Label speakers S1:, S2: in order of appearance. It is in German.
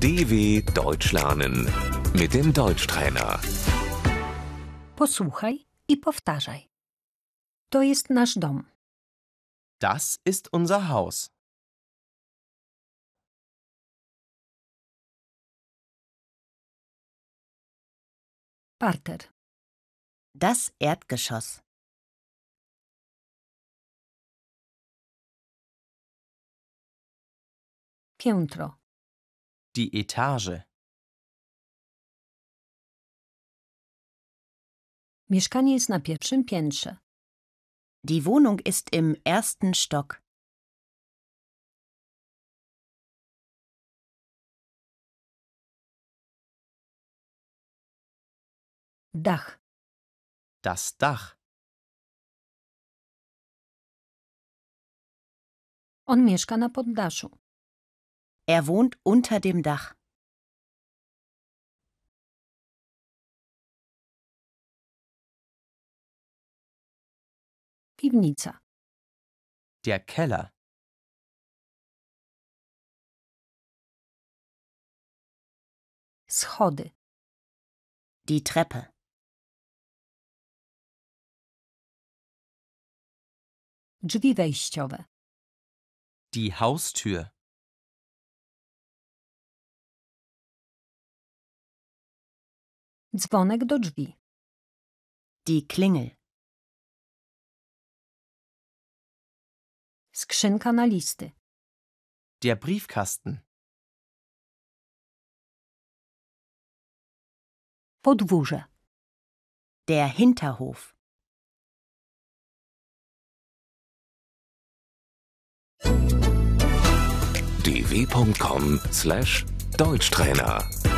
S1: DW Deutsch lernen mit dem Deutschtrainer.
S2: Posłuchaj i powtarzaj. To jest nasz dom.
S3: Das ist unser Haus.
S2: Parter,
S4: Das Erdgeschoss.
S2: piętro,
S3: Die Etage.
S2: mieszkanie jest na pierwszym piętrze,
S4: Die Wohnung ist im ersten Stock.
S2: dach,
S3: Das Dach.
S2: on mieszka na poddaszu,
S4: Er wohnt unter dem Dach.
S2: piwnica,
S3: Der Keller.
S2: schody,
S4: Die Treppe.
S2: drzwi wejściowe,
S3: Die Haustür.
S2: dzwonek do drzwi,
S4: Die Klingel.
S2: skrzynka na listy,
S3: Der Briefkasten.
S2: podwórze,
S4: Der Hinterhof.
S1: dw.com/deutschtrainer